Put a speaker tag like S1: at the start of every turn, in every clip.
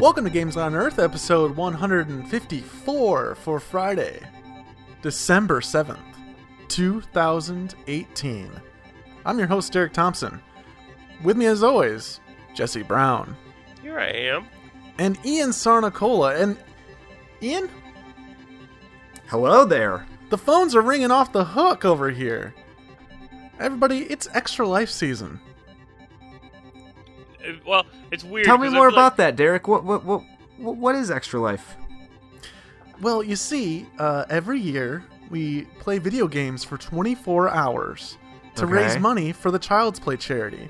S1: Welcome to Games on Earth, episode 154 for Friday, December 7th, 2018. I'm your host, Derek Thompson. With me, as always, Jesse Brown
S2: Here I am.
S1: and Ian Sarnicola. And Ian,
S3: Hello there.
S1: the phones are ringing off the hook over here. Everybody, it's extra life season.
S2: Uh, Well, it's weird.
S3: Tell me
S2: 'cause I
S3: more
S2: feel like-
S3: about that, Derek. What what what what what is Extra Life?
S1: Well, you see, uh, every year we play video games for 24 hours to
S3: Okay.
S1: raise money for the Child's Play charity.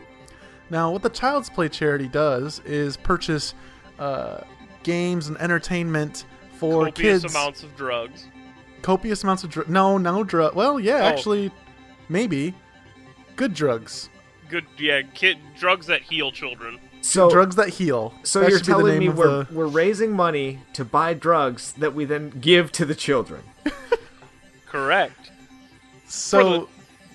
S1: Now, what the Child's Play charity does is purchase uh, games and entertainment for
S2: copious
S1: kids.
S2: amounts of drugs.
S1: Copious amounts of drugs. No, no drug. Well, yeah,
S2: Oh.
S1: actually, maybe. Good drugs.
S2: Good, yeah, kid drugs that heal children.
S3: So
S1: drugs that heal.
S3: so
S1: That
S3: you're
S1: should be the
S3: telling me
S1: name of
S3: we're
S1: the-
S3: we're raising money to buy drugs that we then give to the children.
S2: Correct.
S1: So.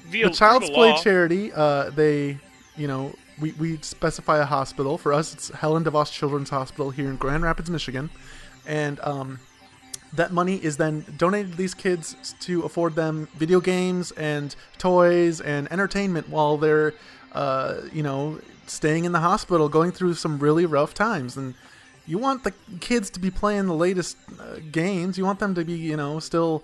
S2: Via
S1: the child's
S2: criminal
S1: play
S2: law.
S1: charity uh, they you know we, we specify a hospital for us it's helen devos children's hospital here in grand rapids michigan and um, that money is then donated to these kids to afford them video games and toys and entertainment while they're uh, you know staying in the hospital going through some really rough times and you want the kids to be playing the latest uh, games you want them to be you know still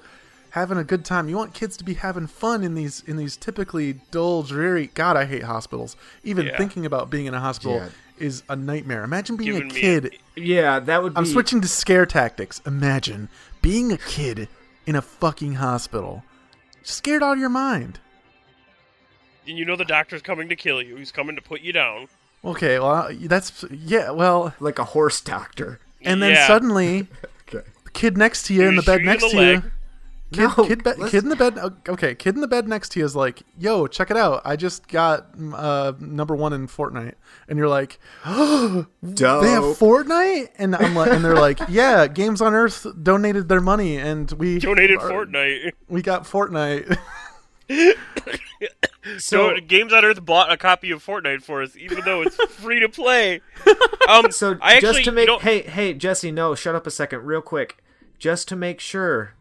S1: having a good time you want kids to be having fun in these in these typically dull dreary god i hate hospitals even
S2: Yeah.
S1: thinking about being in a hospital
S3: Yeah.
S1: is a nightmare imagine being
S2: Giving
S1: a
S2: me a-
S1: kid
S3: Yeah, that would be
S1: I'm switching to scare tactics. Imagine being a kid in a fucking hospital. Scared out of your mind.
S2: And you know the doctor's coming to kill you. He's coming to put you down.
S1: Okay, well, uh, that's. Yeah, well.
S3: like a horse doctor.
S1: And then
S2: Yeah.
S1: suddenly,
S3: Okay.
S1: the kid next to you in the
S2: He's
S1: bed
S2: shooting
S1: next
S2: the
S1: to
S2: leg.
S1: you. Kid,
S3: No,
S1: kid, be-
S3: let's-
S1: kid in the bed. Okay, kid in the bed next to you is like, yo, check it out. I just got mm, uh, number one in Fortnite. And you're like,
S3: Dope.
S1: they have
S3: Oh.
S1: Fortnite? And I'm like, and they're like, yeah, Games on Earth donated their money and we.
S2: Donated
S1: are-
S2: Fortnite.
S1: We got Fortnite.
S2: So
S3: so
S2: Games on Earth bought a copy of Fortnite for us, even though it's free to play. Um,
S3: so
S2: I actually
S3: just to make
S2: you know-
S3: hey hey Jesse, no, shut up a second, real quick, just to make sure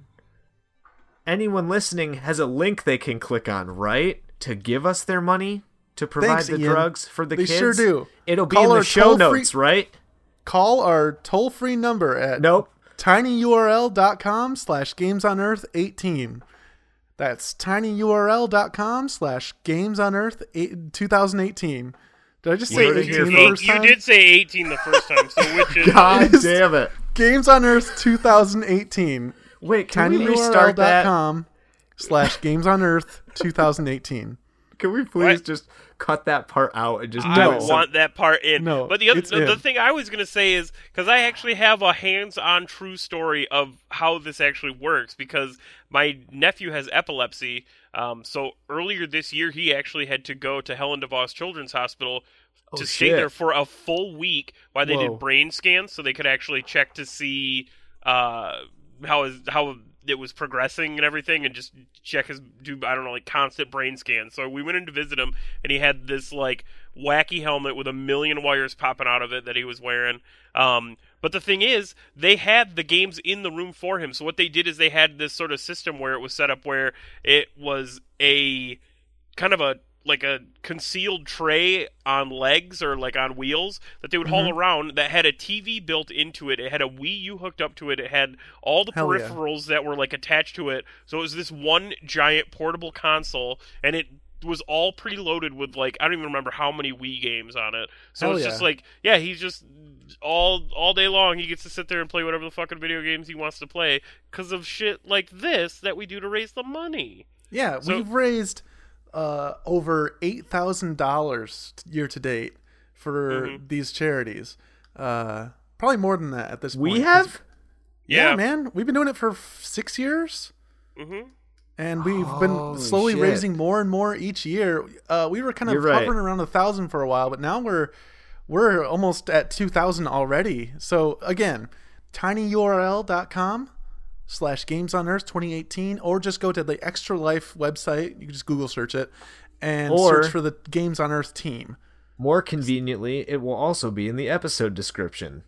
S3: anyone listening has a link they can click on, right, to give us their money to provide
S1: Thanks,
S3: the
S1: Ian.
S3: drugs for the
S1: They
S3: kids.
S1: sure do.
S3: It'll be
S1: Call
S3: in
S1: our
S3: the show
S1: toll-free-
S3: notes, right?
S1: Call our toll free number at
S3: Nope.
S1: tinyurl.com slash games on earth 18. That's tinyurl.com slash games on earth 2018. Did I just say
S2: wait,
S3: heard it
S1: 18
S2: you,
S3: here
S1: the
S2: you-
S1: first
S2: you
S1: time?
S2: did say 18 the first time, so which is
S3: God damn it!
S1: Games on Earth 2018.
S3: Wait, can we restart that?
S1: Tinyurl.com slash games on earth 2018.
S3: Can we please
S2: What?
S3: just cut that part out and just
S2: I
S3: do it?
S2: don't want that part in.
S1: No,
S2: but the other,
S1: it's
S2: the, the
S1: in.
S2: thing I was gonna say is because I actually have a hands-on true story of how this actually works because my nephew has epilepsy. Um, so earlier this year, he actually had to go to Helen DeVos Children's Hospital
S1: Oh,
S2: to stay
S3: shit.
S2: there for a full week while they
S1: Whoa.
S2: did brain scans, so they could actually check to see uh, how is how it was progressing and everything, and just check his do I don't know like constant brain scans. So we went in to visit him, and he had this like wacky helmet with a million wires popping out of it that he was wearing. Um, but the thing is, they had the games in the room for him. So what they did is they had this sort of system where it was set up where it was a kind of a like a concealed tray on legs or like on wheels that they would
S1: Mm-hmm.
S2: haul around that had a TV built into it. It had a Wii U hooked up to it. It had all the
S1: Hell yeah.
S2: peripherals that were like attached to it. So it was this one giant portable console and it was all preloaded with like I don't even remember how many Wii games on it. So
S1: Hell
S2: it's just
S1: yeah.
S2: like yeah, he's just all all day long he gets to sit there and play whatever the fucking video games he wants to play cuz of shit like this that we do to raise the money.
S1: Yeah,
S2: So-
S1: we've raised uh, over eight thousand dollars year to date for
S3: Mm-hmm.
S1: these charities. Uh, probably more than that at this point.
S3: We
S1: 'cause-
S3: have.
S1: yeah,
S2: Yeah.
S1: man, we've been doing it for f- six years,
S2: Mhm.
S1: and we've
S3: Holy
S1: been slowly
S3: shit.
S1: raising more and more each year. Uh, we were kind of
S3: You're right.
S1: hovering around a thousand for a while, but now we're we're almost at two thousand already. So again, tinyurl.com slash games on earth 2018 or just go to the extra life website you can just google search it and
S3: Or-
S1: search for the Games on Earth team.
S3: More conveniently, it will also be in the episode description.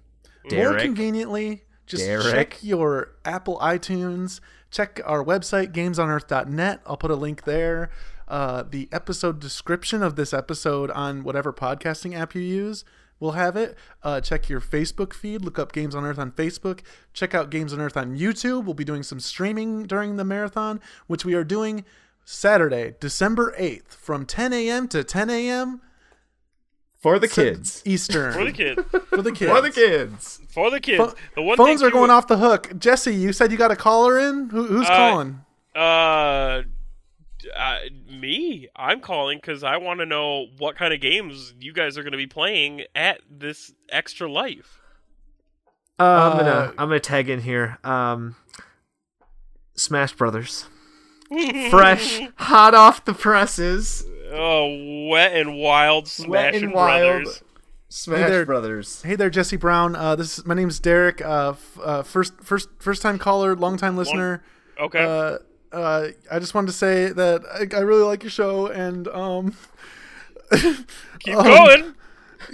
S1: More
S3: Derek,
S1: conveniently, just
S3: Derek.
S1: check your Apple iTunes, check our website, gamesonearth.net. I'll put a link there. Uh, the episode description of this episode on whatever podcasting app you use will have it. Uh, check your Facebook feed. Look up Games on Earth on Facebook. Check out Games on Earth on YouTube. We'll be doing some streaming during the marathon, which we are doing Saturday, December 8th from 10 a.m. to 10 a.m.
S3: for the kids.
S1: Eastern.
S2: for the kid,
S1: For the kids.
S3: For the kids.
S2: for the kids.
S1: Pho-
S2: the one
S1: phones
S2: thing
S1: are going
S2: you,
S1: off the hook. Jesse, you said you got a caller in. Who, who's
S2: Uh,
S1: calling?
S2: Uh, uh, me, I'm calling because I want to know what kind of games you guys are going to be playing at this extra life.
S3: Uh, I'm
S1: Uh,
S3: gonna I'm gonna tag in here. Um, Smash Brothers, fresh, hot off the presses.
S2: Oh, wet and wild,
S3: Wet
S2: smashing
S3: and wild.
S2: brothers.
S3: Smash
S1: there.
S3: Brothers.
S1: Hey there, Jesse Brown. Uh, this is, my name's Derek. Uh, f- uh, first, first, first time caller, long time listener.
S2: Okay.
S1: Uh, uh, I just wanted to say that I, I really like your show, and um,
S2: Keep
S1: oh,
S2: going.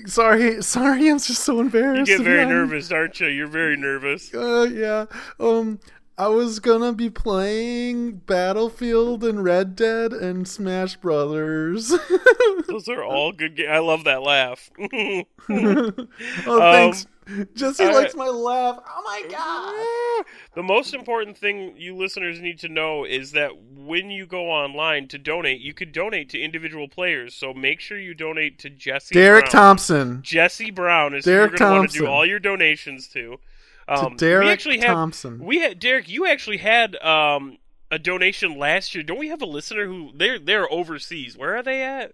S1: sorry, sorry, I'm just so
S2: You
S1: embarrassed.
S2: get
S1: if
S2: very
S1: I'm-
S2: nervous, aren't you? You're very nervous.
S1: Uh, yeah. Um, I was gonna be playing Battlefield and Red Dead and Smash Brothers.
S2: Those are all good games. I love that laugh.
S1: Oh,
S2: Um,
S1: thanks. Jesse
S2: all
S1: likes my laugh. Oh my god.
S2: The most important thing you listeners need to know is that when you go online to donate, you could donate to individual players. So make sure you donate to Jesse
S1: Derek
S2: Brown.
S1: Thompson.
S2: Jesse Brown is
S1: Derek
S2: who you're going to want to do
S1: Thompson.
S2: all your donations to. Um,
S1: Derek
S2: we actually have,
S1: Thompson.
S2: We had Derek. You actually had um, a donation last year. Don't we have a listener who they're they're overseas? Where are they at?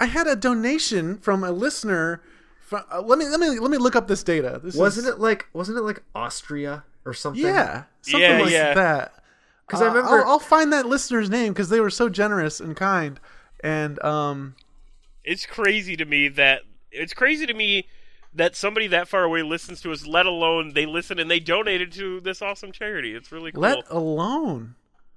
S1: I had a donation from a listener. From, uh, let me let me let me look up this data. This
S3: Wasn't
S1: is,
S3: it like wasn't it like Austria or something?
S1: Yeah, something
S2: Yeah,
S1: like
S2: yeah.
S1: that.
S3: 'Cause I
S1: Uh,
S3: remember-
S1: I'll, I'll find that listener's name because they were so generous and kind. And um,
S2: It's crazy to me that it's crazy to me that somebody that far away listens to us. Let alone they listen and they donated to this awesome charity. It's really cool.
S1: let alone.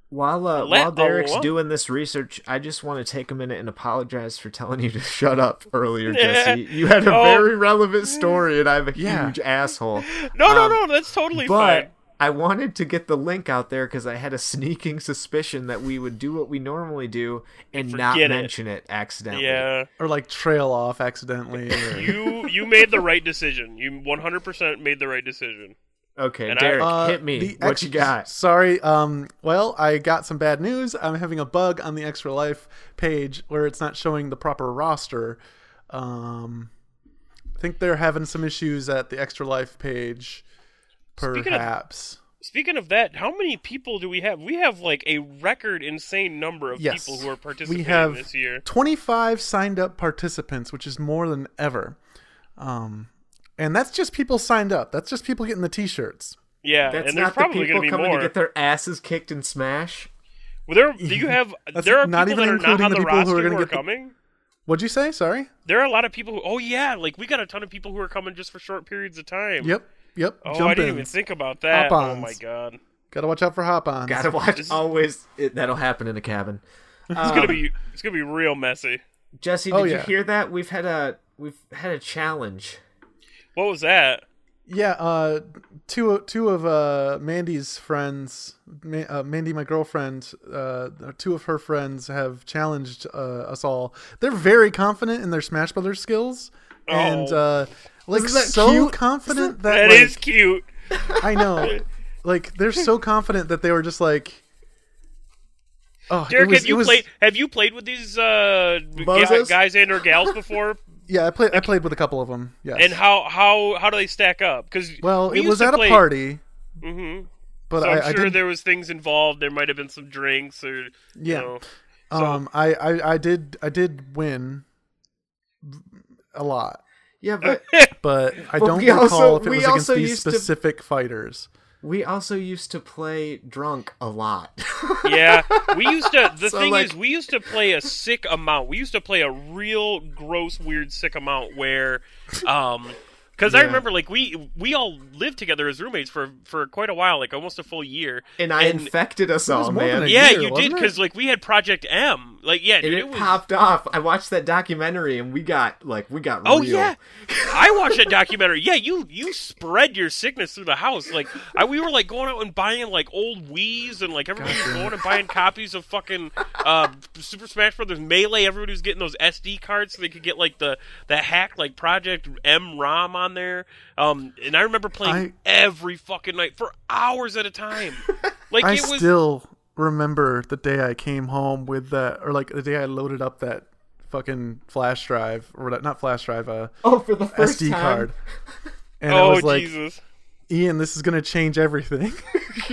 S3: While uh,
S2: Let
S3: while Derek's
S2: alone.
S3: doing this research, I just want to take a minute and apologize for telling you to shut up earlier, Jesse. You had a
S2: Oh.
S3: very relevant story, and I'm a
S1: Yeah.
S3: huge asshole.
S2: no, no,
S3: um,
S2: no. That's totally fine.
S3: But I wanted to get the link out there because I had a sneaking suspicion that we would do what we normally do and not
S2: Forget it.
S3: mention it accidentally.
S2: Yeah,
S1: Or like trail off accidentally. Or...
S2: you you made the right decision. You 100% made the right decision.
S3: Okay,
S2: And I-
S3: Derek,
S1: Uh,
S3: hit me.
S1: the
S3: what
S1: ex-
S3: you got?
S1: Sorry. Um. Well, I got some bad news. I'm having a bug on the Extra Life page where it's not showing the proper roster. Um, I think they're having some issues at the Extra Life page.
S2: of-
S1: Perhaps.
S2: Speaking of that, how many people do we have? We have like a record insane number of
S1: Yes.
S2: people who are participating
S1: We have
S2: this year.
S1: 25 signed up participants, which is more than ever. Um, and that's just people signed up. That's just people getting the T-shirts.
S2: Yeah,
S3: That's
S2: and there's
S3: not the
S2: probably
S3: people
S2: going to be
S3: coming
S2: more.
S3: to get their asses kicked and smash.
S2: well, there, do you have?
S1: That's
S2: there are
S1: not
S2: people
S1: even
S2: that are not
S1: including
S2: on
S1: the
S2: the,
S1: people who are
S2: roster
S1: gonna
S2: who are
S1: get the-
S2: coming.
S1: What'd you say? Sorry.
S2: There are a lot of people who. Oh yeah, like we got a ton of people who are coming just for short periods of time.
S1: Yep. Yep.
S2: Oh,
S1: Jump
S2: I didn't
S1: in.
S2: even think about that. Oh
S1: Hop-ons.
S2: my god,
S1: Gotta watch out for hop-ons.
S3: Gotta watch. Always, it, that'll happen in a cabin.
S2: it's gonna be it's gonna be real messy.
S3: Jesse, did
S1: Oh,
S3: you
S1: yeah.
S3: hear that? We've had a we've had a challenge.
S2: What was that?
S1: Yeah, uh, two two of uh, Mandy's friends, Ma- uh, Mandy, my girlfriend, uh, two of her friends have challenged uh, us all. They're very confident in their Smash Brothers skills, and
S2: Oh.
S1: uh, like
S3: Isn't that
S1: so
S3: cute?
S1: confident that,
S2: That
S1: like,
S2: is cute.
S1: I know, like they're so confident that they were just like, oh, it
S2: Derek,
S1: was-
S2: have
S1: it
S2: you
S1: was-
S2: played? Have you played with these uh, ga-
S3: Moses?
S2: guys and or gals before?
S1: Yeah, I played. I played with a couple of them. Yes.
S2: and how how how do they stack up? Because
S1: well, it was at a party,
S2: hmm
S1: but
S2: So
S1: I,
S2: I'm
S1: I
S2: sure
S1: did
S2: there was things involved. There might have been some drinks or you
S1: Yeah.
S2: know.
S1: Um, I, I, I did, I did win a lot,
S3: Yeah, but
S1: but I
S3: But
S1: don't
S3: we
S1: recall
S3: also-
S1: if it
S3: we
S1: was against
S3: also
S1: these
S3: used to-
S1: specific fighters.
S3: we also used to play drunk a lot.
S2: yeah. We used to the
S3: So,
S2: thing
S3: like-
S2: is we used to play a sick amount. We used to play a real gross weird sick amount where um cuz I
S1: Yeah.
S2: remember like we we all lived together as roommates for for quite a while, like almost a full year.
S3: and I
S2: And-
S3: infected us all,
S1: more than
S3: man.
S1: a-
S2: Yeah,
S1: year,
S2: you
S1: wasn't
S2: did
S1: it?
S2: cuz like we had Project M Like, yeah,
S3: and
S2: dude,
S3: it,
S2: it, was.
S3: popped off. I watched that documentary and we got like we got
S2: Oh
S3: real.
S2: yeah, I watched that documentary. Yeah, you you spread your sickness through the house. Like I, we were like going out and buying like old Wii's and like everybody was going and buying copies of fucking uh, Super Smash Brothers Melee. Everybody was getting those SD cards so they could get like the the hack like Project M ROM on there. Um, and I remember playing every fucking night for hours at a time. Like
S1: I
S2: it was
S1: still remember the day I came home with that, or like the day I loaded up that fucking flash drive, or that- not flash drive, uh,
S3: Oh, for the first
S1: SD
S3: time.
S1: card. And I
S2: oh
S1: was like,
S2: Jesus.
S1: Ian, this is gonna change everything.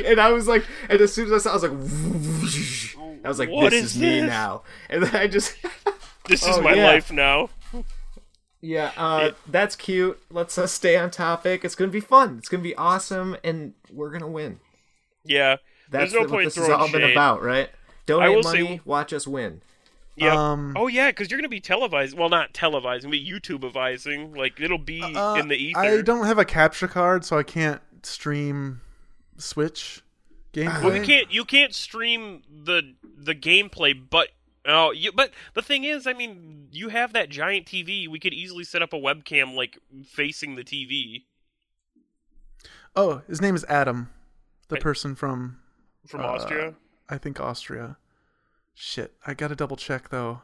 S3: And I was like, and as soon as I saw, I was like, I was like,
S2: What
S3: this
S2: is
S3: is, me
S2: this?
S3: now. And then I just,
S2: This is
S3: Oh,
S2: my
S3: yeah.
S2: life now.
S3: yeah, uh, that's cute. Let's uh, stay on topic. It's gonna be fun. It's gonna be awesome, and we're gonna win.
S2: Yeah.
S3: That's
S2: There's no
S3: what
S2: point
S3: this has
S2: throwing
S3: all been
S2: shade.
S3: about, right? Donate
S2: will
S3: money,
S2: say-
S3: watch us win.
S2: Yeah.
S1: Um,
S2: oh yeah, because you're gonna be televising. Well, not televising, but YouTubeizing. Like it'll be
S1: Uh,
S2: in the ether.
S1: I don't have a capture card, so I can't stream Switch gameplay.
S2: Well, you can't. You can't stream the the gameplay, but. Oh, you, but the thing is, I mean, you have that giant TV. We could easily set up a webcam like facing the TV
S1: Oh, his name is Adam, the
S2: Wait.
S1: person from
S2: from
S1: Uh,
S2: Austria.
S1: I think Austria. Shit, I gotta double check though.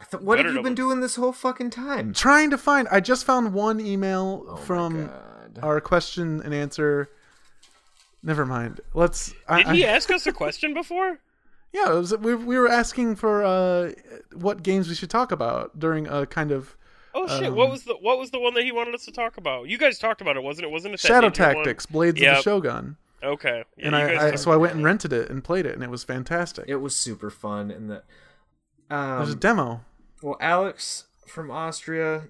S3: I thought, what
S2: Better
S3: have you been doing this whole fucking time?
S1: Trying to find. I just found one email
S3: Oh my
S1: from
S3: God.
S1: our question and answer. Never mind. Let's. I,
S2: Did he
S1: I-
S2: ask us a question before?
S1: yeah, it was, we, we were asking for uh, what games we should talk about during a kind of
S2: Oh
S1: Um,
S2: shit! what was the What was the one that he wanted us to talk about? You guys talked about it, wasn't it? Wasn't it that
S1: Shadow
S2: ninja one?
S1: Tactics, Blades of
S2: Yep.
S1: the Shogun.
S2: Okay. Yeah,
S1: and
S2: you guys
S1: I, I
S2: talked-
S1: so I went and rented it and played it, and it was fantastic.
S3: It was super fun, and the
S1: There's a
S3: um,
S1: demo.
S3: well, Alex from Austria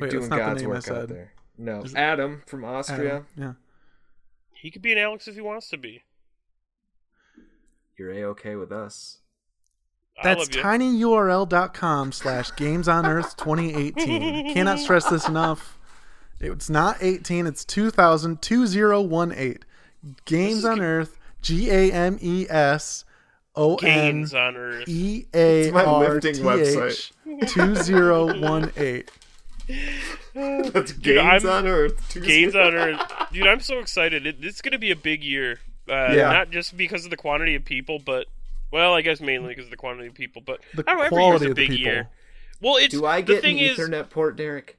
S1: Wait,
S3: doing
S1: that's not
S3: God's
S1: the name I
S3: work out
S1: said.
S3: there. No, Adam from Austria.
S1: Adam. Yeah.
S2: he could be an Alex if he wants to be.
S3: You're a okay with us.
S2: I
S1: That's
S2: love you.
S1: tinyurl.com slash games on earth 2018. Cannot stress this enough. It's not 18, it's 2000 2018. Games on earth, G A M E S O N
S2: Gains on Earth.
S1: E A
S3: my
S1: R
S3: lifting
S1: T H
S3: website.
S1: 2018.
S3: That's
S2: Dude, gains I'm- on
S3: Earth.
S2: Gains on Earth. Dude, I'm so excited. It, it's going to be a big year. Uh,
S1: Yeah.
S2: Not just because of the quantity of people, but, well, I guess mainly because of the quantity of people, but
S1: The
S2: I don't know, every year's
S1: quality
S2: a
S1: of the
S2: big
S1: people.
S2: year. Well, it's
S3: Do I
S2: the
S3: get an
S2: thing is,
S3: Ethernet port, Derek?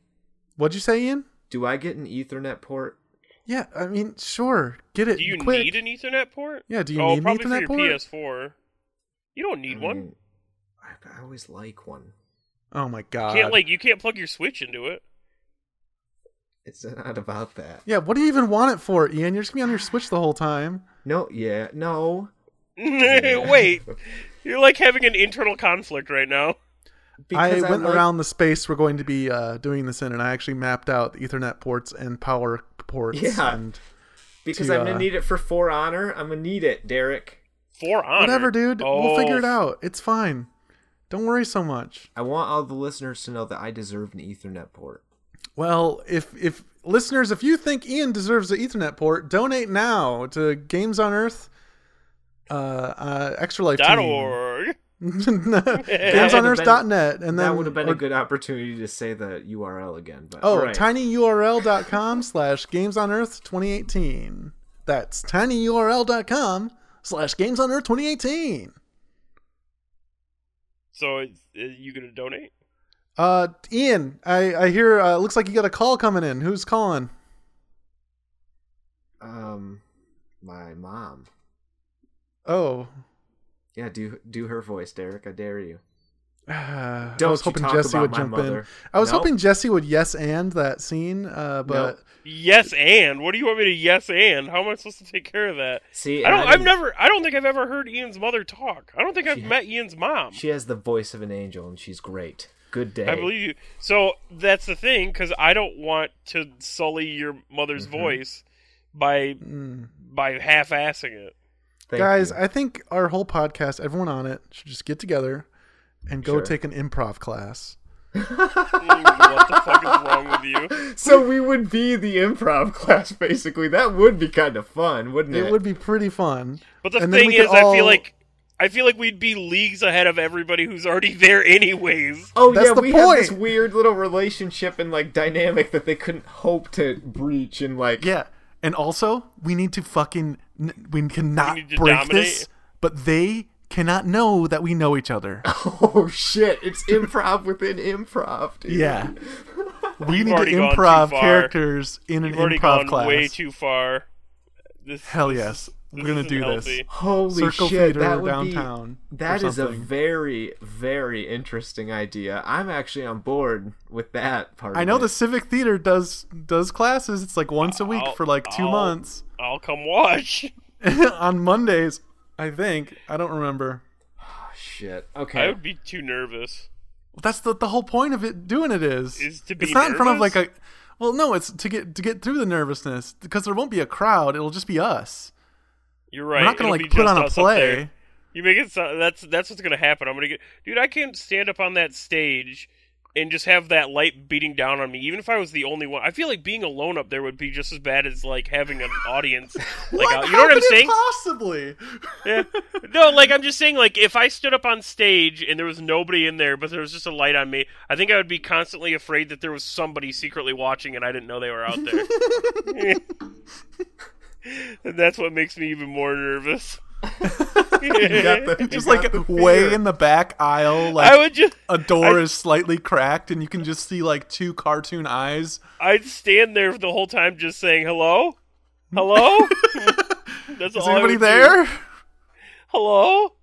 S1: What'd you say, Ian?
S3: Do I get an Ethernet port?
S1: Yeah, I mean, sure. Get it.
S2: do you
S1: quick.
S2: need an Ethernet port?
S1: Yeah, do you
S2: oh,
S1: need an
S2: probably
S1: Ethernet
S2: for
S1: port?
S2: your PS4. You don't need one.
S3: Mm, I, I always like one.
S1: Oh my
S2: You
S1: god.
S2: can't like you can't plug your Switch into it.
S3: It's not about that.
S1: yeah, what do you even want it for, Ian? You're just gonna be on your Switch the whole time.
S3: No, yeah, no.
S2: Wait, you're like having an internal conflict right now.
S1: I
S3: Because
S1: went
S3: like-
S1: around the space we're going to be uh, doing this in, and I actually mapped out the Ethernet ports and power ports.
S3: Yeah.
S1: and
S3: because
S1: to,
S3: I'm
S1: uh,
S3: gonna need it for For Honor. I'm gonna need it, Derek.
S2: For honor,
S1: whatever, dude.
S2: Oh,
S1: We'll figure it out. It's fine. Don't worry so much.
S3: I want all the listeners to know that I deserve an Ethernet port.
S1: Well, if if listeners, if you think Ian deserves an Ethernet port, donate now to Games on Earth. Uh, uh, extra life
S2: Dot
S1: Team.
S2: org.
S1: gamesonearth.net and then
S3: that would have been
S1: or
S3: a good opportunity to say the URL again. But
S1: Oh,
S3: all right.
S1: tinyurl.com slash gamesonearth2018. That's tinyurl.com slash gamesonearth2018.
S2: So, is, is you gonna donate?
S1: Uh, Ian, I, I hear, uh, looks like you got a call coming in. Who's calling?
S3: um, my mom.
S1: Oh.
S3: Yeah, do do her voice, Derek. I dare you.
S1: Uh, I
S3: Don't
S1: was
S3: you
S1: hoping
S3: talk
S1: Jesse
S3: about
S1: would
S3: my
S1: jump in.
S3: mother.
S1: I was
S3: Nope.
S1: hoping Jesse would yes and that scene, uh, but
S3: Nope.
S2: Yes, and what do you want me to yes and? How am I supposed to take care of that?
S3: See,
S2: I
S3: and
S2: don't. I've
S3: didn't-
S2: never. I don't think I've ever heard Ian's mother talk. I don't think I've
S3: She-
S2: met Ian's mom.
S3: She has the voice of an angel, and she's great. Good day.
S2: I believe you. So that's the thing, because I don't want to sully your mother's
S1: Mm-hmm.
S2: voice by
S1: Mm.
S2: by half-assing it.
S3: Thank
S1: guys,
S3: you.
S1: I think our whole podcast, everyone on it, should just get together and go
S3: Sure.
S1: take an improv class.
S2: Ooh, what the fuck is wrong with you?
S3: so we would be the improv class, basically. That would be kind of fun, wouldn't it?
S1: It would be pretty fun.
S2: But the
S1: And then
S2: thing
S1: we could
S2: is, I
S1: all-
S2: feel like I feel like we'd be leagues ahead of everybody who's already there, anyways.
S3: Oh
S1: That's
S3: yeah,
S1: the
S3: we
S1: point.
S3: have this weird little relationship and like dynamic that they couldn't hope to breach and like
S1: Yeah, and also we need to fucking n- we cannot
S2: We need to
S1: break
S2: dominate.
S1: this, but they cannot know that we know each other.
S3: oh shit, it's improv within improv. Dude.
S1: yeah, we need to
S2: already gone too
S1: improv
S2: far.
S1: characters in an
S2: We've already
S1: improv
S2: gone
S1: class.
S2: way too far. This
S1: Hell yes, we're
S2: this
S1: gonna
S2: isn't
S1: do
S2: healthy.
S1: this.
S3: Holy
S1: Circle
S3: shit,
S1: theater
S3: that would
S1: downtown or
S3: be that is a
S1: something.
S3: very very interesting idea. I'm actually on board with that part.
S1: I
S3: of
S1: know
S3: it.
S1: the Civic Theater does does classes. It's like once a week
S2: I'll-
S1: for like 2
S2: I'll-
S1: months
S2: I'll come watch.
S1: on Mondays. I think I don't remember.
S3: shit.
S2: I
S3: Okay.
S2: would be too nervous.
S1: That's the the whole point of it doing it is
S2: Is to be
S1: it's not in front of
S2: nervous?
S1: like a well no it's to get to get through the nervousness because there won't be a crowd it'll just be us
S2: You're right.
S1: we're not gonna
S2: It'll
S1: like
S2: be
S1: put
S2: just
S1: on a
S2: us up there.
S1: play
S2: You make it sound that's that's what's gonna happen. I'm gonna get dude. I can't stand up on that stage and just have that light beating down on me. Even if I was the only one, I feel like being alone up there would be just as bad as like having an audience. Like uh, you know
S1: How
S2: what I'm
S1: could it
S2: saying?
S1: possibly
S2: Yeah. No, like I'm just saying, like if I stood up on stage and there was nobody in there, but there was just a light on me, I think I would be constantly afraid that there was somebody secretly watching and I didn't know they were out there. and that's what makes me even more nervous.
S3: You got the- you
S1: just
S3: got
S1: like
S3: the
S1: way
S3: fear.
S1: in the back aisle like
S2: I would just,
S1: a door is slightly cracked and you can just see like two cartoon eyes
S2: I'd stand there the whole time, just saying hello, hello. that's
S1: is
S2: all I
S1: anybody
S2: would do.
S1: there
S2: Hello?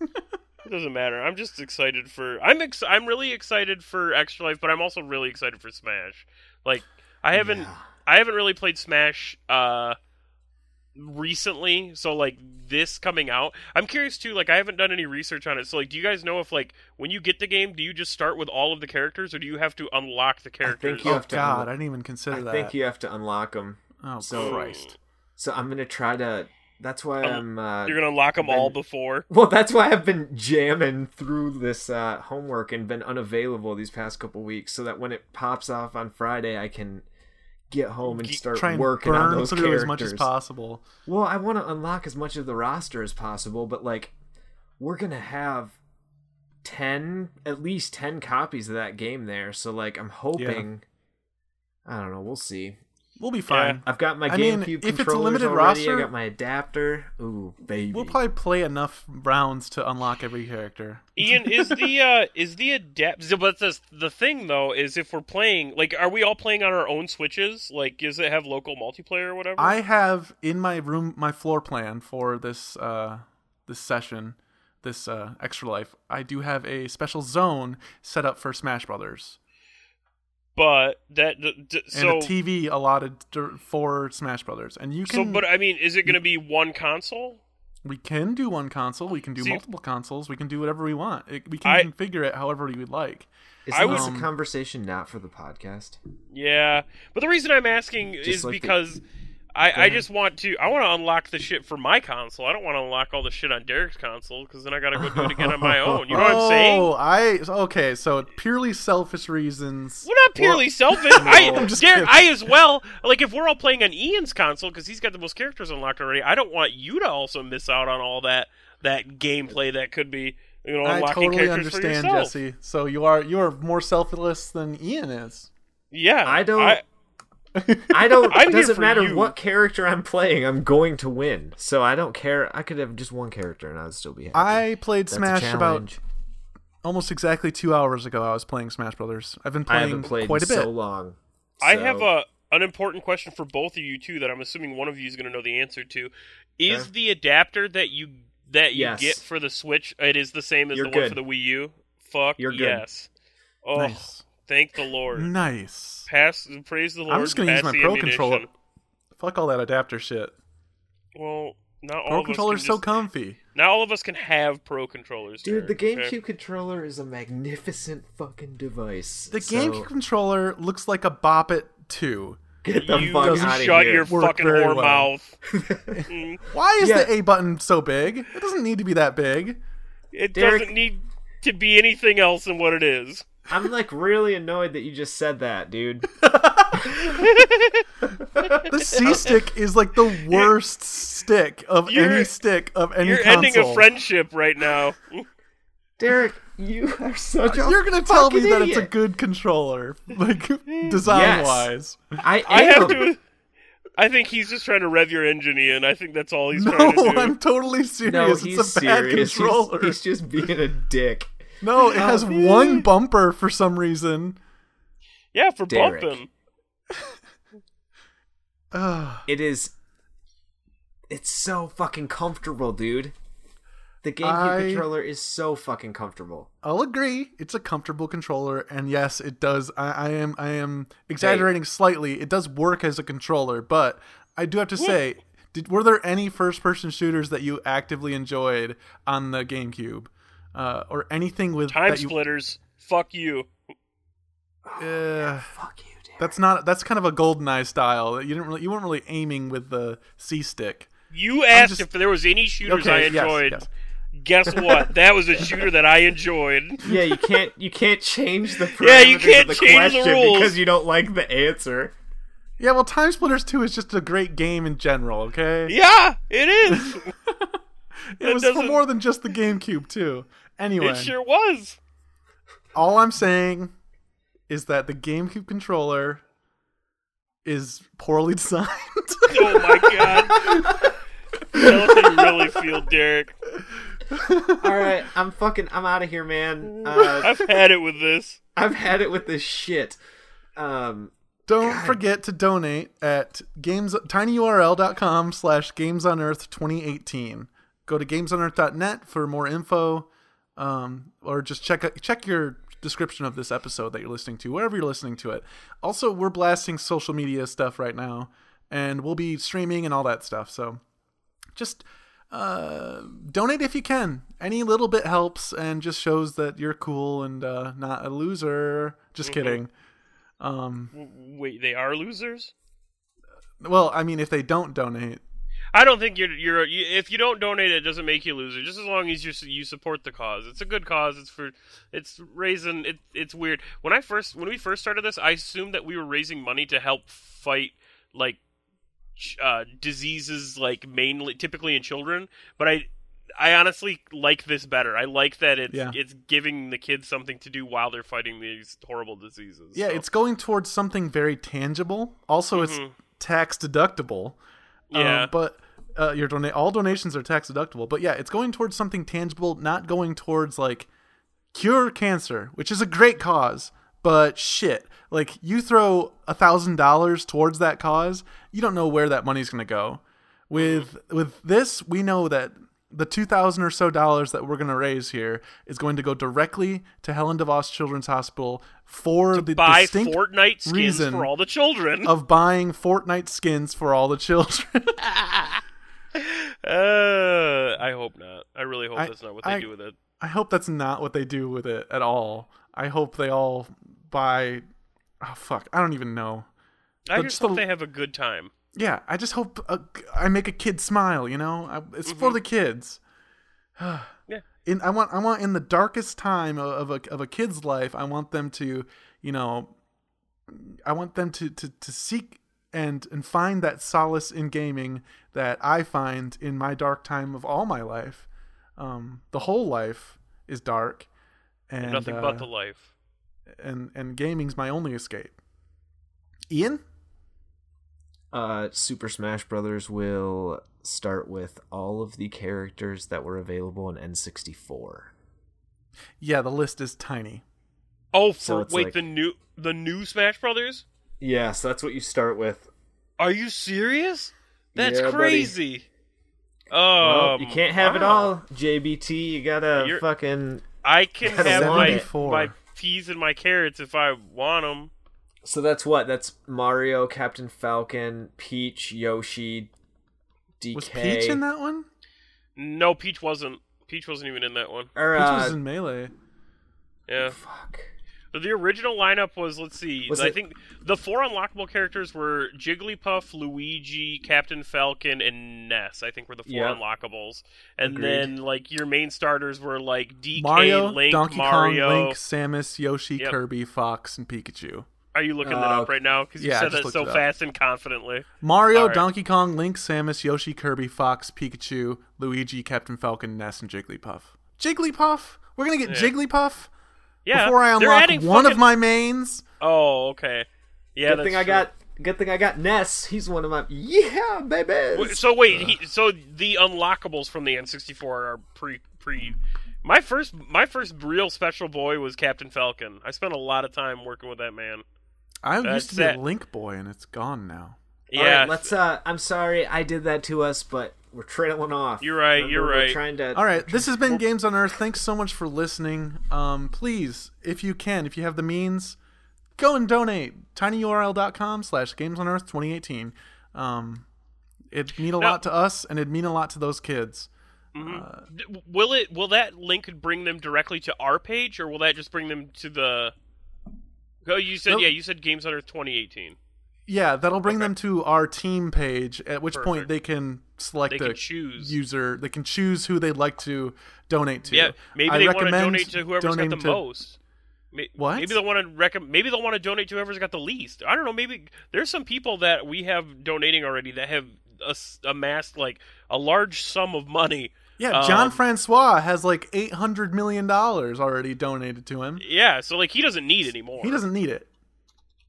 S2: it doesn't matter. I'm just excited for I'm ex- I'm really excited for Extra Life, but I'm also really excited for Smash. Like I haven't
S3: Yeah.
S2: I haven't really played Smash uh recently, so like this coming out. I'm curious too, like I haven't done any research on it. So like do you guys know if like when you get the game, do you just start with all of the characters or do you have to unlock the characters?
S3: you
S1: oh
S3: have to
S1: god
S3: unlock-
S1: I didn't even consider
S3: I
S1: that
S3: think you have to unlock them.
S1: oh
S3: so-
S1: Christ
S3: So I'm going to try to that's why I'm uh
S2: Um, You're going to unlock them
S3: Then-
S2: all before.
S3: Well, that's why I've been jamming through this uh, homework and been unavailable these past couple weeks, so that when it pops off on Friday, I can get home and
S2: Ge-
S3: start
S1: try and
S3: working on
S1: burn
S3: those
S1: through
S3: characters.
S1: as much as possible
S3: Well, I want to unlock as much of the roster as possible, but like, we're gonna have ten, at least ten copies of that game there. So like, I'm hoping. I don't know. We'll see.
S1: we'll be fine
S3: I've got my
S1: I mean,
S3: GameCube
S1: if it's a
S3: controllers
S1: limited
S3: already. I
S1: roster-
S3: got my adapter. Ooh, baby.
S1: We'll probably play enough rounds to unlock every character.
S2: Ian, is the uh, is the adept? so, But the the thing though is, if we're playing, like, are we all playing on our own switches? Like, does it have local multiplayer or whatever?
S1: I have in my room my floor plan for this uh, this session, this uh, extra life. I do have a special zone set up for Smash Brothers
S2: but that d- d-
S1: and
S2: so
S1: a TV allotted dir- for Smash Brothers. And you
S2: so.
S1: can
S2: But uh, I mean, is it going to be one console?
S1: we can do one console, we can do
S2: See-
S1: multiple consoles, we can do whatever we want. It, we can
S2: I-
S1: configure it however we would like.
S3: Is
S2: I
S3: this
S1: would-
S3: a conversation not for the podcast?
S2: Yeah, but the reason I'm asking is
S3: like the-
S2: because I I just want to I want to unlock the shit for my console. I don't want to unlock all the shit on Derek's console because then I got to go do it again on my own. You know what I'm saying?
S1: Oh, I okay. So purely selfish reasons.
S2: We're not purely selfish. I,
S1: I'm just
S2: Derek,
S1: kidding.
S2: I as well. Like if we're all playing on Ian's console because he's got the most characters unlocked already, I don't want you to also miss out on all that that gameplay that could be you know
S1: I
S2: unlocking
S1: totally
S2: characters
S1: understand,
S2: for yourself.
S1: Jesse. So you are you are more selfless than Ian is.
S2: Yeah,
S3: I don't-
S2: I,
S3: I don't.
S2: I'm
S3: It
S2: here
S3: doesn't
S2: for
S3: matter
S2: you.
S3: what character I'm playing. I'm going to win. So I don't care. I could have just one character and I'd still be happy.
S1: I played
S3: That's a
S1: Smash about
S3: challenge.
S1: almost exactly two hours ago. I was playing Smash Brothers. I've been
S3: I
S1: playing
S3: haven't played
S1: quite a
S3: in
S1: bit.
S3: so long.
S2: I
S3: so-
S2: have a an important question for both of you too that I'm assuming one of you is going to know the answer to. Is
S3: Okay.
S2: the adapter that you that you
S3: Yes.
S2: get for the Switch it is the same as
S3: You're
S2: the one
S3: good.
S2: for the Wii U? Fuck
S3: You're good.
S2: yes. Oh,
S1: nice,
S2: thank the Lord.
S1: nice.
S2: Pass, praise the Lord.
S1: I'm just gonna use
S2: pass
S1: my
S2: the
S1: Pro
S2: ammunition.
S1: controller. Fuck all that adapter shit.
S2: Well, not all
S1: Pro
S2: of us
S1: controller's
S2: can
S1: so
S2: just-
S1: comfy.
S2: not all of us can have pro controllers.
S3: Dude, the
S2: Derek,
S3: GameCube
S2: okay?
S3: controller is a magnificent fucking device.
S1: The
S3: so
S1: GameCube controller looks like a Bop It Two.
S3: Get the
S2: you
S3: fuck
S1: doesn't
S3: outta
S2: shut
S3: here.
S2: your
S1: Worked
S2: fucking
S1: very
S2: whore
S1: well.
S2: mouth.
S1: Why is
S3: Yeah.
S1: the A button so big? It doesn't need to be that big.
S2: It
S3: Derek-
S2: doesn't need to be anything else than what it is.
S3: I'm like really annoyed that you just said that, dude.
S1: the C stick is like the worst stick of any
S2: You're-
S1: stick of any
S2: You're
S1: console.
S2: ending a friendship right now.
S3: Derek, you are such a
S1: You're gonna tell me
S3: fucking
S1: that it's a
S3: idiot.
S1: good controller, like design wise.
S3: I,
S2: I
S3: am.
S2: have to. I think he's just trying to rev your engine, Ian. I think that's all he's
S1: No,
S2: trying to do.
S1: I'm totally serious.
S3: No,
S1: it's
S3: he's
S1: a bad
S3: serious. He's-
S1: controller.
S3: He's, Oh. just being a dick.
S1: No, it has one bumper for some reason.
S2: Yeah, for
S3: Derek.
S2: bumping.
S1: Ugh.
S3: It is. It's so fucking comfortable, dude. The GameCube
S1: I-
S3: controller is so fucking comfortable.
S1: I'll agree. It's a comfortable controller, and yes, it does. I, I am I am exaggerating slightly. It does work as a controller, but I do have to say, did were there any first person shooters that you actively enjoyed on the GameCube, uh, or anything with
S2: Time
S1: that you?
S2: splitters. Fuck you.
S1: Uh,
S3: Fuck you, Derek.
S1: that's not that's kind of a GoldenEye style. You didn't really you weren't really aiming with the C stick.
S2: You asked
S1: just-
S2: if there was any shooters
S1: Okay,
S2: I
S1: yes,
S2: enjoyed.
S1: yes.
S2: Guess what? that was a shooter that I enjoyed.
S3: yeah, you can't you can't change the parameters
S2: Yeah, you can't
S3: of the
S2: change the
S3: question
S2: rules.
S3: because you don't like the answer.
S1: Yeah, well, Time Splitters Two is just a great game in general. Okay.
S2: Yeah, it is.
S1: it was for
S2: doesn't-
S1: more than just the GameCube too. Anyway,
S2: it sure was.
S1: all I'm saying is that the GameCube controller is poorly designed.
S2: Oh my god. Tell them you really feel, Derek.
S3: All right, I'm fucking I'm out of here, man. Uh,
S2: I've had it with this.
S3: I've had it with this shit. Um,
S1: Don't forget to donate at games tinyurl.com slash gamesonearth2018. Go to gamesonearth.net for more info, um, or just check check your description of this episode that you're listening to, wherever you're listening to it. Also, we're blasting social media stuff right now, and we'll be streaming and all that stuff. So, just uh, donate if you can. Any little bit helps, and just shows that you're cool and uh, not a loser. Just kidding. Um,
S2: W- Wait, they are losers?
S1: well, I mean, if they don't donate,
S2: I don't think you're you're you, if you don't donate, it doesn't make you a loser. Just as long as you s- you support the cause, it's a good cause. It's for it's raising it. It's weird. When I first when we first started this, I assumed that we were raising money to help fight like ch- uh, diseases, like mainly typically in children. But I I honestly like this better. I like that it's
S1: Yeah.
S2: it's giving the kids something to do while they're fighting these horrible diseases.
S1: yeah,
S2: So, Mm-hmm.
S1: it's going towards something very tangible. Also, it's tax deductible. Um,
S2: yeah.
S1: but uh, your donate all donations are tax deductible. But yeah, it's going towards something tangible, not going towards like cure cancer, which is a great cause. But shit, like you throw a thousand dollars towards that cause, you don't know where that money's gonna go. With
S2: Mm-hmm.
S1: with this, we know that the two thousand or so dollars that we're gonna raise here is going to go directly to Helen DeVos Children's Hospital for the
S2: Buy
S1: distinct
S2: Fortnite skins
S1: reason
S2: for all the children.
S1: of buying Fortnite skins for all the children.
S2: Uh, I hope not. I really hope
S1: I-
S2: that's not what they
S1: I-
S2: do with it.
S1: I hope that's not what they do with it at all. I hope they all buy. Oh fuck! I don't even know.
S2: I
S1: the-
S2: just
S1: the-
S2: hope they have a good time.
S1: Yeah, I just hope uh, I make a kid smile. You know, I, it's for the kids.
S2: Mm-hmm. Yeah.
S1: In I want I want in the darkest time of, of a of a kid's life, I want them to, you know, I want them to to to seek and and find that solace in gaming that I find in my dark time of all my life. Um, the whole life is dark, and
S2: Nothing
S1: uh,
S2: but the life.
S1: and and gaming's my only escape. Ian,
S3: uh, Super Smash Brothers will start with all of the characters that were available in N64.
S1: yeah, the list is tiny.
S2: Oh, for
S3: So it's
S2: wait,
S3: like-
S2: the new the new Smash Brothers?
S3: Yeah, so that's what you start with.
S2: Are you serious? That's
S3: Yeah, buddy.
S2: crazy.
S3: Well,
S2: Oh,
S3: you can't have it all, JBT. You gotta
S2: You're-
S3: fucking.
S2: I can
S3: Gotta
S2: have
S3: want
S2: my,
S1: it.
S2: my peas and my carrots if I want them.
S3: So that's what? That's Mario, Captain Falcon, Peach, Yoshi, DK.
S1: Was Peach in that one?
S2: No, Peach wasn't. Peach wasn't even in that one.
S3: Or,
S1: Peach
S3: uh,
S1: was in melee.
S2: Yeah.
S3: Fuck.
S2: The original lineup was let's see.
S3: Was
S2: I
S3: it-
S2: think the four unlockable characters were Jigglypuff, Luigi, Captain Falcon, and Ness. I think were the four
S3: Yeah.
S2: unlockables. And
S3: Agreed.
S2: then like your main starters were like DK,
S1: Mario,
S2: Link,
S1: Donkey
S2: Mario.
S1: Kong, Link, Samus, Yoshi,
S2: Yep.
S1: Kirby, Fox, and Pikachu.
S2: Are you looking that up
S3: Uh,
S2: right now? Because you
S1: yeah, I
S2: said
S1: just
S2: that
S1: looked
S2: so
S1: it up.
S2: fast and confidently.
S1: Mario,
S2: All right.
S1: Donkey Kong, Link, Samus, Yoshi, Kirby, Fox, Pikachu, Luigi, Captain Falcon, Ness, and Jigglypuff. Jigglypuff? We're gonna get
S2: Yeah.
S1: Jigglypuff
S2: Yeah,
S1: before I
S2: they're
S1: unlock
S2: adding
S1: one of
S2: fucking-
S1: my mains.
S2: Oh, okay. Yeah,
S3: good
S2: that's
S3: thing I
S2: true.
S3: got. Good thing I got Ness. He's one of my yeah
S2: Wait,
S3: babies.
S2: So wait, he, so the unlockables from the N64 are pre pre. My first my first real special boy was Captain Falcon. I spent a lot of time working with that man.
S1: I
S2: That's
S1: used to be
S2: it.
S1: a Link boy, and it's gone now.
S3: All
S2: Yeah,
S3: right, let's. Uh, I'm sorry I did that to us, but we're trailing off.
S2: You're right,
S3: Remember,
S2: you're
S3: we're
S2: right.
S3: Trying to.
S1: All right, this has been Games on Earth. Thanks so much for listening. Um, please, if you can, if you have the means, go and donate. tinyurl.com slash games on earth 2018. Um, it'd mean a
S2: Now-
S1: lot to us, and it'd mean a lot to those kids.
S2: D- will it will that link bring them directly to our page or will that just bring them to the oh you said
S1: Nope.
S2: yeah you said games under 2018
S1: Yeah, that'll bring them to our team page, at which point
S2: Perfect.
S1: they can select
S2: they
S1: a
S2: can choose
S1: user. They can choose who they'd like to donate to.
S2: yeah maybe
S1: I
S2: they want to
S1: recommend
S2: donate to whoever's got the
S1: donating to-
S2: most May-
S1: What?
S2: Maybe they'll want to recommend. Maybe they'll want to donate to whoever's got the least. I don't know. Maybe there's some people that we have donating already that have ass- amassed like a large sum of money.
S1: Yeah, John
S2: Um,
S1: Francois has like $800 million already donated to him.
S2: Yeah, so like he doesn't need anymore.
S1: He doesn't need it.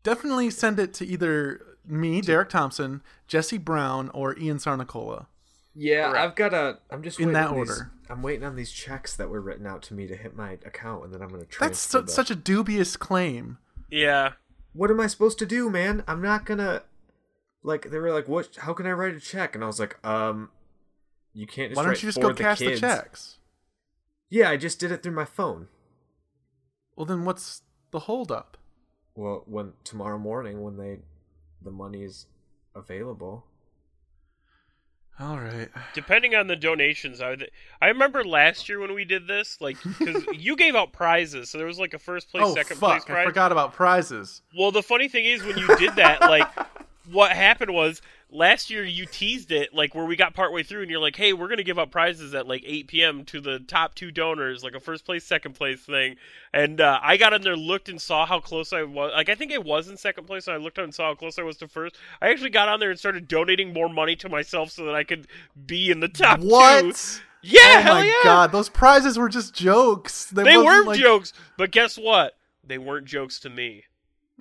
S1: Definitely send it to either me, Derek Thompson, Jesse Brown, or Ian Sarnicola.
S3: Yeah,
S2: Correct.
S3: I've got a. I'm just
S1: In
S3: waiting
S1: that
S3: on these-
S1: order.
S3: I'm waiting on these checks that were written out to me to hit my account, and then I'm gonna transfer.
S1: That's su-
S3: the-
S1: such a dubious claim.
S2: Yeah,
S3: What am I supposed to do, man? I'm not gonna. Like they were like, what? How can I write a check? And I was like, um, you can't. Just
S1: Why don't
S3: write
S1: you just
S3: for
S1: go cash the,
S3: kids.
S1: checks?
S3: Yeah, I just did it through my phone.
S1: Well, then what's the holdup?
S3: Well, when tomorrow morning when they, the money is available.
S1: All right.
S2: depending on the donations i would i remember last year when we did this like because you gave out prizes so there was like a first place
S1: oh,
S2: second place
S1: fuck.
S2: prize
S1: I forgot about prizes.
S2: well the funny thing is when you did that like what happened was last year you teased it like where we got partway through and you're like hey we're gonna give out prizes at like 8 p.m to the top two donors like a first place second place thing and uh, i got in there looked and saw how close i was like i think it was in second place and i looked and saw how close i was to first i actually got on there and started donating more money to myself so that i could be in the top two
S1: What?
S2: yeah,
S1: Oh
S2: hell
S1: my
S2: yeah.
S1: god, those prizes were just jokes.
S2: They
S1: wasn't
S2: were
S1: like-
S2: jokes, but guess what? They weren't jokes to me.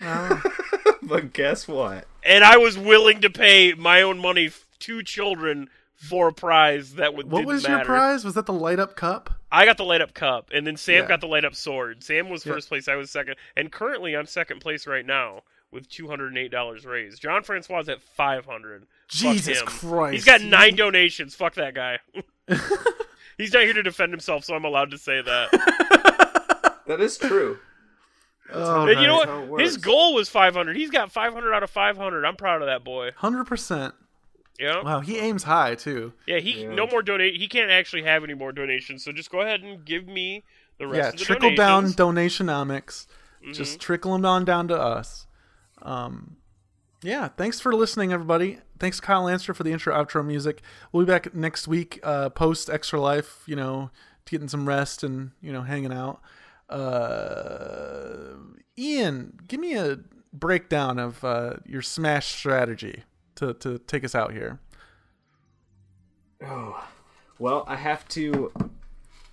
S1: Oh.
S3: but guess what?
S2: And I was willing to pay my own money f- to children for a prize that would
S1: what
S2: didn't
S1: was your
S2: matter.
S1: prize? Was that the light up cup?
S2: I got the light up cup, and then Sam
S1: Yeah.
S2: got the light up sword. Sam was
S1: Yeah.
S2: first place, I was second, and currently I'm second place right now with two hundred and eight dollars raised. John Francois is at five hundred.
S1: Jesus
S2: Fuck him.
S1: Christ.
S2: He's got nine donations. Fuck that guy. He's not here to defend himself, so I'm allowed to say that.
S3: That is true.
S1: Oh,
S2: And you know
S3: That's how it
S2: what? His
S3: works.
S2: goal was 500. He's got 500 out of 500. I'm proud of that boy.
S1: 100%.
S2: Yeah,
S1: Wow, he aims high, too.
S2: yeah. He
S3: Yeah.
S2: no more donate. He can't actually have any more donations. So just go ahead and give me the rest.
S1: yeah,
S2: of the
S1: trickle down
S2: donations. Mm-hmm.
S1: donationomics. Just trickle them on down to us. Um, yeah, thanks for listening, everybody. Thanks, Kyle Lancer, for the intro outro music. We'll be back next week, uh, post Extra Life, you know, getting some rest and, you know, hanging out. Uh, Ian, give me a breakdown of uh, your smash strategy to, to take us out here.
S3: Oh, well, I have to.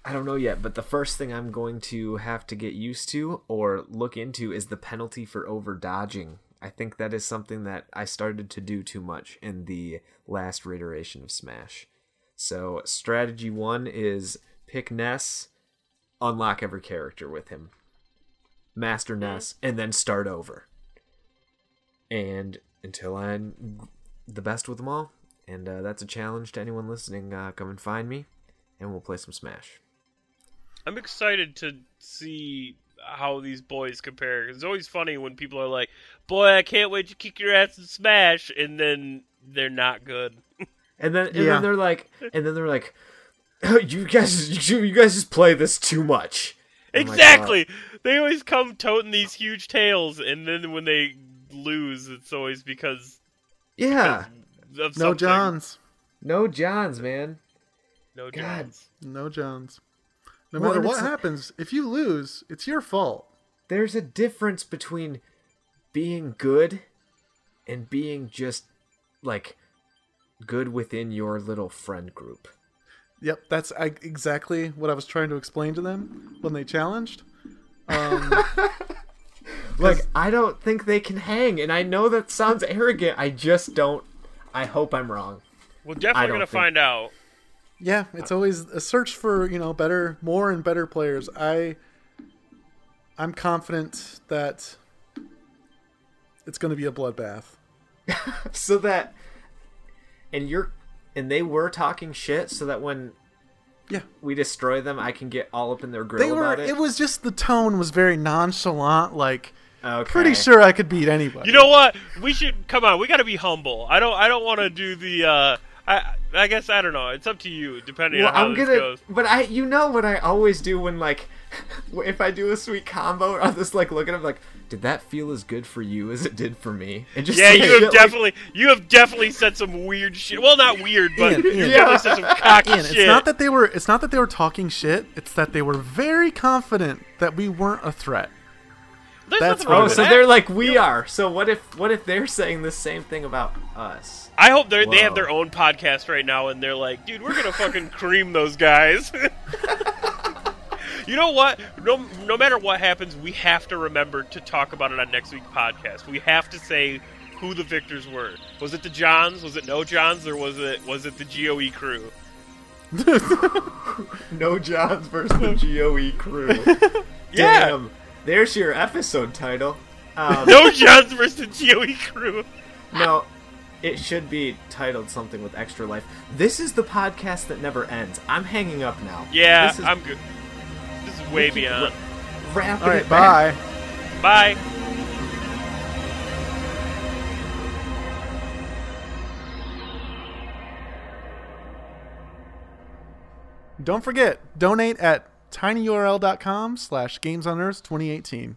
S3: I don't know yet, but the first thing I'm going to have to get used to or look into is the penalty for over dodging. I think that is something that I started to do too much in the last reiteration of Smash. So, strategy one is pick Ness, unlock every character with him, master Ness, and then start over. And until I'm the best with them all. And uh, that's a challenge to anyone listening. Uh, come and find me, and we'll play some Smash.
S2: I'm excited to see how these boys compare. 'cause It's always funny when people are like, "Boy, I can't wait to kick your ass and smash," and then they're not good.
S3: Oh And then, and
S1: Yeah.
S3: then they're like, and then they're like, you guys, you, you guys just play this too much. I'm like,
S2: exactly. They always come toting these huge tails, and then when they lose, it's always because
S3: "Uh, yeah,
S2: of
S1: No
S2: something.
S1: Johns.
S3: no Johns, man.
S2: No
S3: God.
S2: Johns.
S1: No Johns. No
S3: Well,
S1: matter
S3: and
S1: what
S3: it's-
S1: happens, if you lose, it's your fault.
S3: There's a difference between being good and being just like good within your little friend group.
S1: Yep, that's I, exactly what I was trying to explain to them when they challenged. Um,
S3: Like I don't think they can hang and I know that sounds arrogant. I just don't I hope I'm wrong.
S2: We're
S3: I
S2: definitely
S3: don't
S2: gonna
S3: think-
S2: find out.
S1: yeah, it's always a search for you know better, more and better players. I, I'm confident that it's going to be a bloodbath.
S3: so that and you're and they were talking shit so that when
S1: Yeah.
S3: we destroy them I can get all up in their grill
S1: They were.
S3: about
S1: It.
S3: it.
S1: was just the tone was very nonchalant. Like
S3: Okay.
S1: pretty sure I could beat anybody.
S2: You know what? We should come on. We got to be humble. I don't. I don't want to do the. Uh, I. I guess I don't know. It's up to you, depending
S3: Well,
S2: on how
S3: I'm
S2: this
S3: gonna,
S2: goes.
S3: but I, you know what I always do when like, if I do a sweet combo, I'll just like look at him like, did that feel as good for you as it did for me? And just
S2: Yeah,
S3: like,
S2: you have
S3: shit
S2: definitely. you have definitely said some weird shit. Well, not weird, but
S1: Ian,
S2: you
S1: Ian.
S2: definitely said some cocky
S1: Ian,
S2: shit.
S1: it's not that they were. It's not that they were talking shit. It's that they were very confident that we weren't a threat.
S2: There's
S1: that's
S2: nothing
S1: what
S2: wrong
S1: it
S2: with
S3: Like, oh,
S1: is.
S3: so
S2: that.
S3: they're like we are. So what if what if they're saying the same thing about us?
S2: I hope they they have
S3: Whoa.
S2: their own podcast right now, and they're like, dude, we're gonna fucking cream those guys. you know what? No, no matter what happens, we have to remember to talk about it on next week's podcast. We have to say who the victors were. Was it the Johns? Was it no Johns? Or was it was it the Goe crew?
S3: No Johns versus the Goe crew.
S2: Yeah,
S3: Damn, there's your episode title. Um,
S2: no Johns versus the Goe crew.
S3: no, it should be titled something with extra life. This is the podcast that never ends. I'm hanging up now.
S2: Yeah,
S3: This is
S2: I'm good. This is way beyond.
S3: wrapping
S1: All right,
S3: it back.
S1: bye.
S2: Bye.
S1: Don't forget, donate at tinyurl.com slash gamesonearth2018.